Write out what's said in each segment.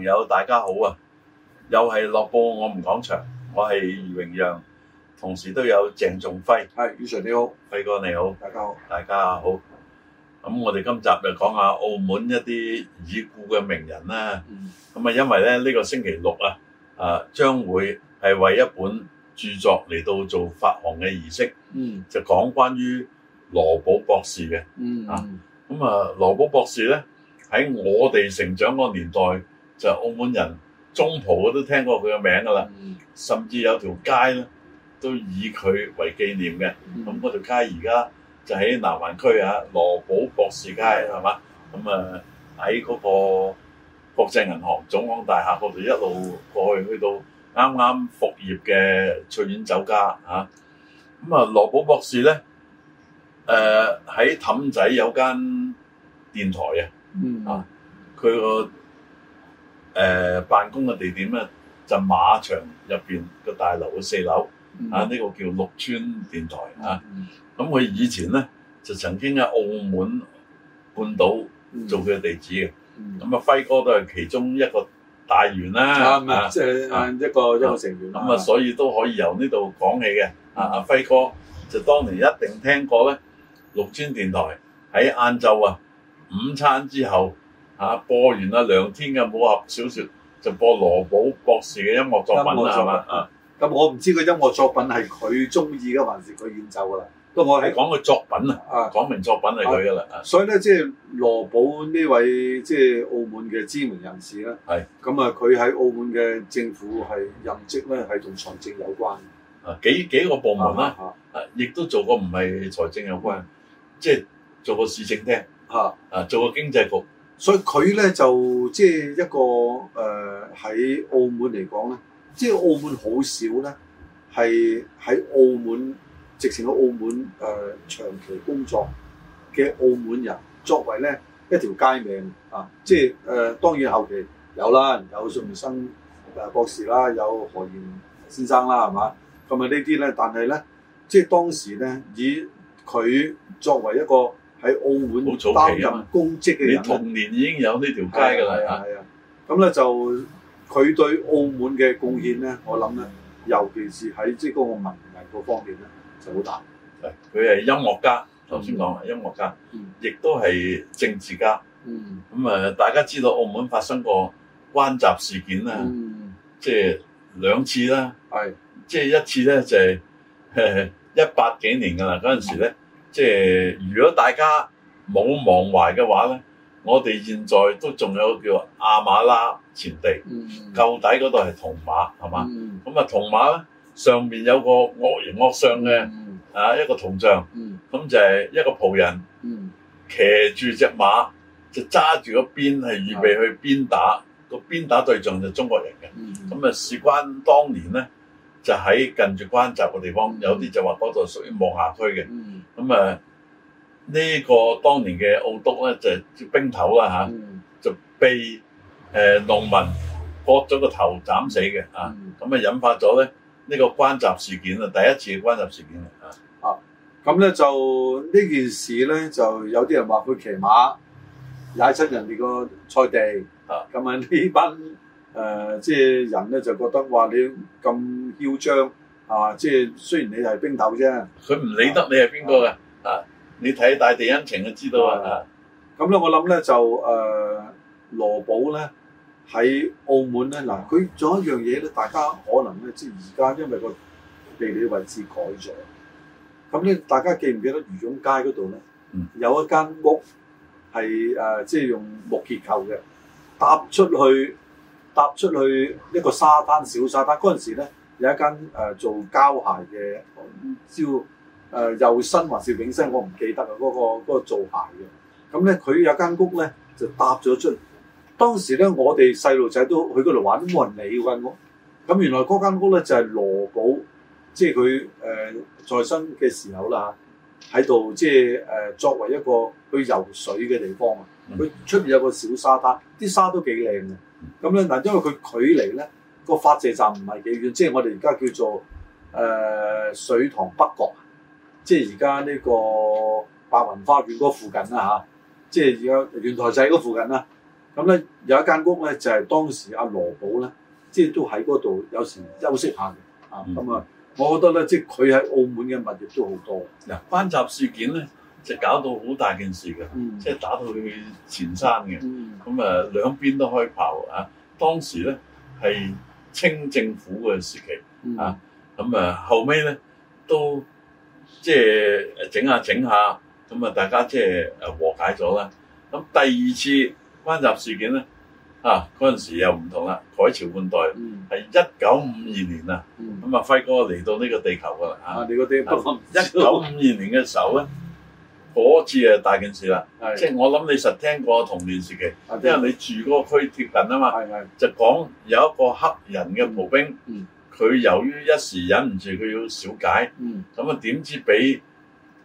友大家好啊！又係樂報我們講場，我係余榮讓，同時都有鄭仲輝，係，宇 Sir 你好，輝哥你好，大家好。大家好。咁我哋今集就講下澳門一啲已故嘅名人啦。嗯，咁啊，因為咧呢、呢個星期六啊，啊將會係為一本著作嚟到做發行嘅儀式，嗯，就講關於羅寶博士嘅。嗯，啊咁啊，羅寶博士咧喺我哋成長嗰個年代，就澳門人中葡都聽過佢嘅名噶啦，嗯，甚至有條街咧都以佢為紀念嘅。咁咁嗰條街而家就喺南灣區啊，羅寶博士街係嘛？咁啊喺嗰個國際銀行總行大廈嗰度一路過去，去到啱啱復業嘅翠苑酒家啊。咁啊，羅寶博士咧，誒喺氹仔有間電台啊，嗯啊佢個誒辦公嘅地點咧就馬場入邊個大樓嘅四樓啊，呢、個叫綠村電台啊。嗯咁佢以前咧就曾經喺澳門半島嗯做佢嘅地址嘅，嗯咁啊輝哥都係其中一個大員啦，啱啊啊，即係啊一個一個成員咁啊所以都可以由呢度講起嘅。啊阿輝哥就當年一定聽過咧，綠村電台喺晏晝啊午餐之後啊播完阿梁天嘅武俠小説，就播羅寶博士嘅音樂作品音樂啦，作係品嘛？啊咁我唔知個音樂作品係佢中意嘅，還是佢演奏㗎啦。不過我係喺講佢作品啊，啊，講明作品係佢噶啦啊，所以咧，即係羅寶呢位即係澳門嘅知名人士咧，係咁啊，佢喺澳門嘅政府係任職咧，係同財政有關啊幾幾個部門啦。啊啊，亦都做過唔係財政有關，即係做過市政廳，嚇。啊，做過經濟局，所以佢咧就即係一個誒喺、澳門嚟講咧，即係澳門好少咧係喺澳門直情喺澳門誒、呃、長期工作嘅澳門人，作為咧一條街名啊，即係誒、呃、當然後期有啦，有宋元生誒博士啦，有何賢先生啦，係嘛？咁啊呢啲咧，但係咧，即係當時咧以佢作為一個喺澳門好早期啊擔任公職嘅你人呢童年已經有呢條街㗎係啦，啊啊係啊，咁咧就佢對澳門嘅貢獻咧，我諗咧，尤其是喺即係嗰個文藝嗰方面咧，就好大。係啊佢係音樂家，頭先講啦，音樂家嗯，亦都係政治家。嗯咁啊，大家知道澳門發生過關閘事件啦，嗯，即係兩次啦，係即係一次咧就係 誒一八幾年㗎啦，嗰陣時咧，即係如果大家冇忘懷嘅話咧，我哋現在都仲有叫亞馬拉前地。嗯舊底嗰度係銅馬係嘛？嗯咁啊銅馬咧上面有個惡形惡相嘅嗯啊一個銅像，嗯咁就係一個仆人嗯騎住隻馬，就揸住個鞭係預備去鞭打，個鞭打對象就中國人嘅。咁嗯啊事關當年咧就喺近住關閘嘅地方，有啲就話嗰度屬於望廈區嘅。嗯咁啊呢個當年嘅澳督咧就係冰頭啦嚇。嗯就被誒、呃、農民割咗個頭斬死嘅啊！嗯。咁啊引發咗咧呢個關閘事件啊，第一次嘅關閘事件啊！咁咧就呢件事咧，就有啲人話佢騎馬踩親人哋個菜地，啊咁啊呢班誒、呃即係人咧就覺得話你咁囂張啊！即係雖然你係冰頭啫，佢唔理得你係邊個嘅啊！你睇大地恩情就知道啊啊！咁咧我諗咧就誒、呃、羅寶咧喺澳門咧嗱，佢仲有一樣嘢咧，大家可能咧即係而家因為個地理位置改咗，咁咧大家記唔記得漁涌街嗰度咧？嗯有一間屋係誒、呃即係用木結構嘅，搭出去搭出去一個沙灘小沙灘嗰陣時咧，有一間誒、呃做膠鞋嘅招誒幼身還是永身，我唔記得啦，嗰、個嗰、個做鞋嘅。咁咧佢有間屋咧就搭咗出嚟，當時咧我哋細路仔都去嗰度玩，都冇人理嗰間屋。咁原來嗰間屋咧就係、羅寶，即係佢誒在生嘅時候啦，喺度即係誒作為一個去游水嘅地方啊。嗯佢出面有個小沙灘，啲沙都幾靚嘅。咁咧嗱，因為佢距離咧個發射站唔係幾遠，即係我哋而家叫做誒、呃水塘北角，即係而家呢個白雲花園嗰附近啦嚇、即係而家圓台仔嗰附近啦。咁咧有一間屋咧就係、當時阿羅寶咧，即係都喺嗰度有時休息下嘅啊。嗯咁啊、我覺得咧，即係佢喺澳門嘅物業都好多。嗱，班集事件咧就搞到好大件事嘅，嗯即係打到去前山嘅。嗯咁啊，兩邊都開炮啊！當時咧係清政府嘅時期，嗯啊咁啊後尾咧都即係呃整下整下，咁啊大家即係誒和解咗啦。咁第二次關閘事件咧，啊嗰陣時又唔同啦，改朝換代嗯係一九五二年啊，嗯咁啊輝哥嚟到呢個地球噶啦啊 嚇！你嗰啲不過唔知一九五二年嘅時候咧，嗰次啊大件事啦，即係係我諗你實聽過童年時期，啊因為你住嗰個區貼近啊嘛。係係就講有一個黑人嘅步兵嗯，佢、由於一時忍唔住佢要小解，嗯咁啊點知俾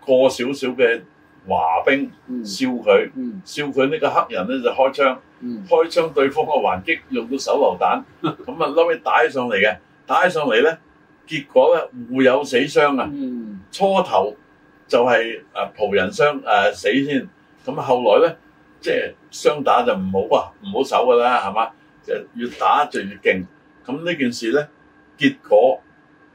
過少少嘅華兵嗯燒佢，嗯燒佢呢個黑人咧就開槍，嗯開槍對方嘅還擊用到手榴 彈，咁啊後尾打起上嚟嘅，打起上嚟咧，結果咧互有死傷啊！嗯初頭就係誒葡人傷誒、呃死先，咁後來咧即係雙打就唔好哇，唔好手噶啦，係嘛？就越打就越勁。咁呢件事咧，結果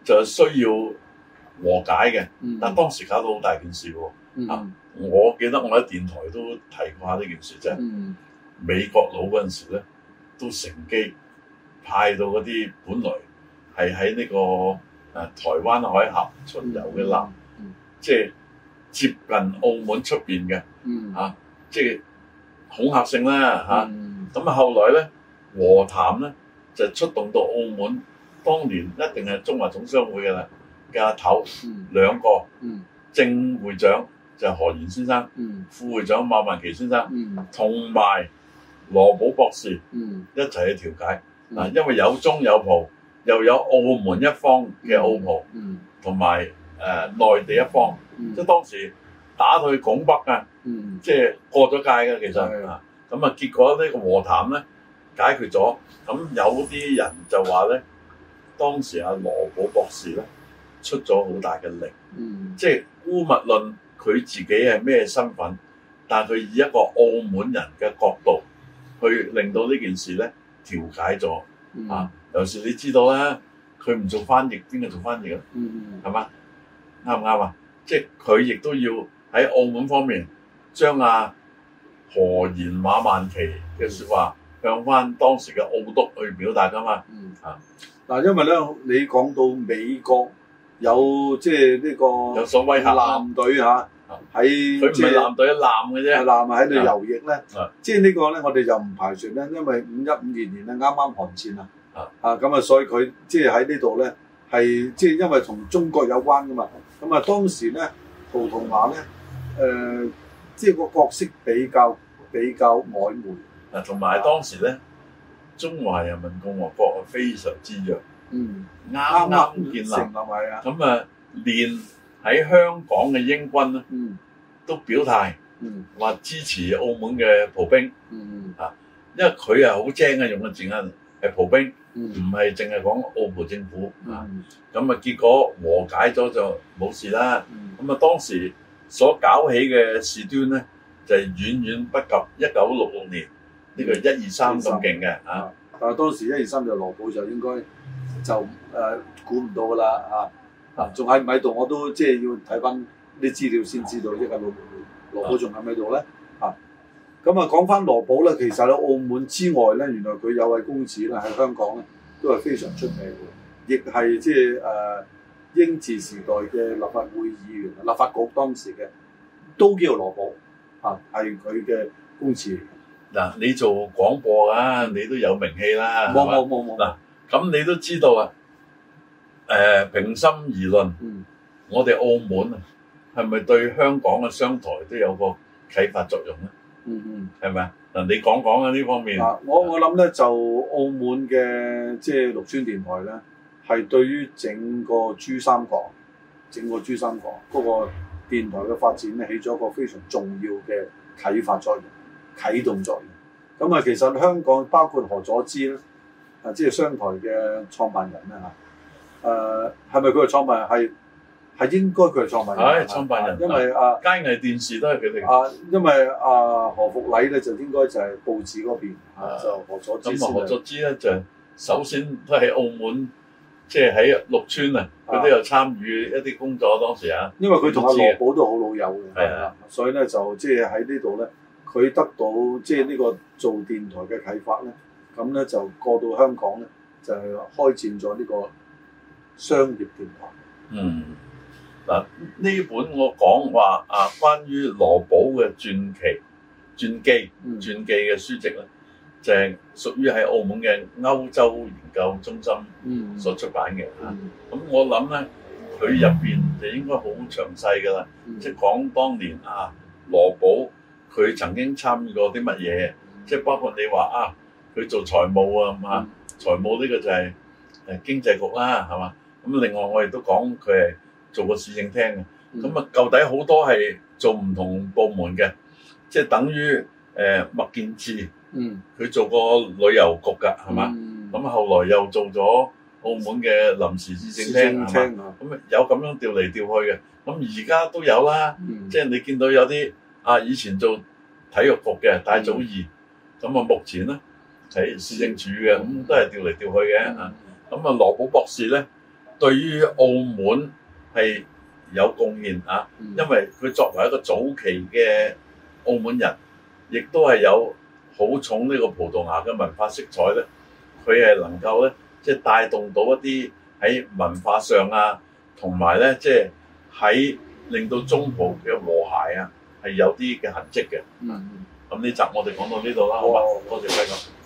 就需要和解嘅。嗯但當時搞到好大件事喎。嗯我記得我喺電台都提過下呢件事，就係、嗯美國佬嗰陣時咧，都乘機派到嗰啲本來係喺呢個誒、呃台灣海峽巡遊嘅艦。即係接近澳門出邊嘅，嗯啊即係恐嚇性啦嚇。嗯咁啊，後來咧和談咧就出動到澳門，當年一定係中華總商會嘅啦嘅阿頭嗯兩個嗯正會長就係何賢先生，嗯副會長馬文琪先生，嗯同埋羅寶博士嗯一齊去調解嗯嗱，因為有中有葡，又有澳門一方嘅澳葡，嗯同埋誒內地一方，嗯即係當時打到去拱北啊！嗯即係過咗界嘅其係實啊，咁啊結果呢個和談咧解決咗，咁有啲人就話咧，當時阿羅寶博士咧出咗好大嘅力，嗯即係姑勿論佢自己係咩身份，但係佢以一個澳門人嘅角度去令到呢件事咧調解咗嗯啊，尤其是你知道啦，佢唔做翻譯，邊個做翻譯啊？嗯係嘛？啱唔啱啊？即係佢亦都要喺澳門方面將啊何賢馬萬琪嘅説話向翻當時嘅澳督去表達噶嘛。嗯啊嗱，因為咧你講到美國有即係呢有個所威嚇啦，艦隊嚇佢喺唔哦即係係。艦隊艦嘅係啫。艦喺度遊弋咧啊，即係呢個咧，我哋就唔排除咧，因為五一五二年咧啱啱韓戰啊啊，啊咁啊，所以佢即係喺呢度咧係即係因為同中國有關噶嘛，咁啊當時咧葡萄牙咧誒，即係個角色比較比較曖昧，嗱，同埋當時咧，中華人民共和國係非常之弱，嗯，啱啱啱啱建成立。立係啊，咁啊，連喺香港嘅英軍咧嗯都表態嗯話支持澳門嘅葡兵，嗯因為佢係好精嘅用嘅字眼係葡兵。嗯唔係淨係講澳葡政府啊，嗯咁啊結果和解咗就冇事啦。嗯咁啊當時所搞起嘅事端咧，就係遠遠不及一九六六年呢個一二三咁勁嘅啊。但係當時一二三就羅寶就應該就誒、呃估唔到㗎啦嚇，啊仲喺唔喺度我都即係要睇翻啲資料先知道，即係羅羅寶仲喺唔喺度咧啊？咁啊講翻羅寶咧，其實喺澳門之外咧，原來佢有位公子咧喺香港咧都係非常出名嘅，亦係即係誒英治時代嘅立法會議員，立法局當時嘅都叫羅寶啊，係佢嘅公子嚟嗱，你做廣播啊，你都有名氣啦，啊係嘅，冇嘛冇冇冇，嗱咁你都知道啊。誒、平心而論，嗯我哋澳門啊，係咪對香港嘅商台都有個啟發作用咧？嗯嗯。係咪啊？嗱，你講講啊呢方面。嗱，我我諗咧就澳門嘅即係綠村電台咧，係對於整個珠三角、整個珠三角嗰個電台嘅發展咧，起咗一個非常重要嘅啟發作用、啟動作用。咁啊，其實香港包括何佐芝咧，啊啊，即係商台嘅創辦人咧嚇，誒係咪佢嘅創辦人係係應該佢係創辦人，啊係創辦人因為啊佳藝電視都係佢哋。啊，因為啊何福禮咧就應該就係報紙嗰邊啊啊，就何佐之咁啊先何係作之咧就首先都喺澳門，即係喺綠村啊，啊佢都有參與一啲工作當時啊。因為佢同阿我知羅嘅寶都好老友嘅，係啊，所以咧就即係喺呢度咧，佢得到即係呢個做電台嘅啟發咧，咁咧就過到香港咧，就係開展咗呢個商業電台。嗯，嗱呢本我講話啊，關於羅寶嘅傳奇、傳記。嗯傳記嘅書籍咧，就係、屬於喺澳門嘅歐洲研究中心嗯所出版嘅。咁、嗯我諗咧，佢入邊就應該好詳細㗎啦，嗯即係講當年啊羅寶佢曾經參與過啲乜嘢，即係包括你話啊佢做財務啊咁啊，嗯財務呢個就係誒經濟局啦，係嘛？咁另外我亦都講佢係做過市政廳嘅。嗯咁啊，舊底好多係做唔同部門嘅，即係等於誒麥建志。嗯佢做過旅遊局㗎，係嘛？嗯咁、啊後來又做咗澳門嘅臨時市市政廳，政係嘛？廳啊，咁有咁樣調嚟調去嘅，咁而家都有啦。嗯啊即係你見到有啲啊，以前做體育局嘅戴祖義，咁啊、目前咧喺市政署嘅，咁都係調嚟調去嗯嘅。啊咁啊，羅寶博士咧對於澳門係有貢獻啊！嗯因為佢作為一個早期嘅澳門人，亦都係有好重呢個葡萄牙嘅文化色彩咧。佢係能夠咧，即係帶動到一啲喺文化上啊，同埋咧，即係喺令到中葡嘅和諧啊，係有啲嘅痕跡嘅。嗯咁呢集我哋講到呢度啦，好好嘛啊？多謝輝哥。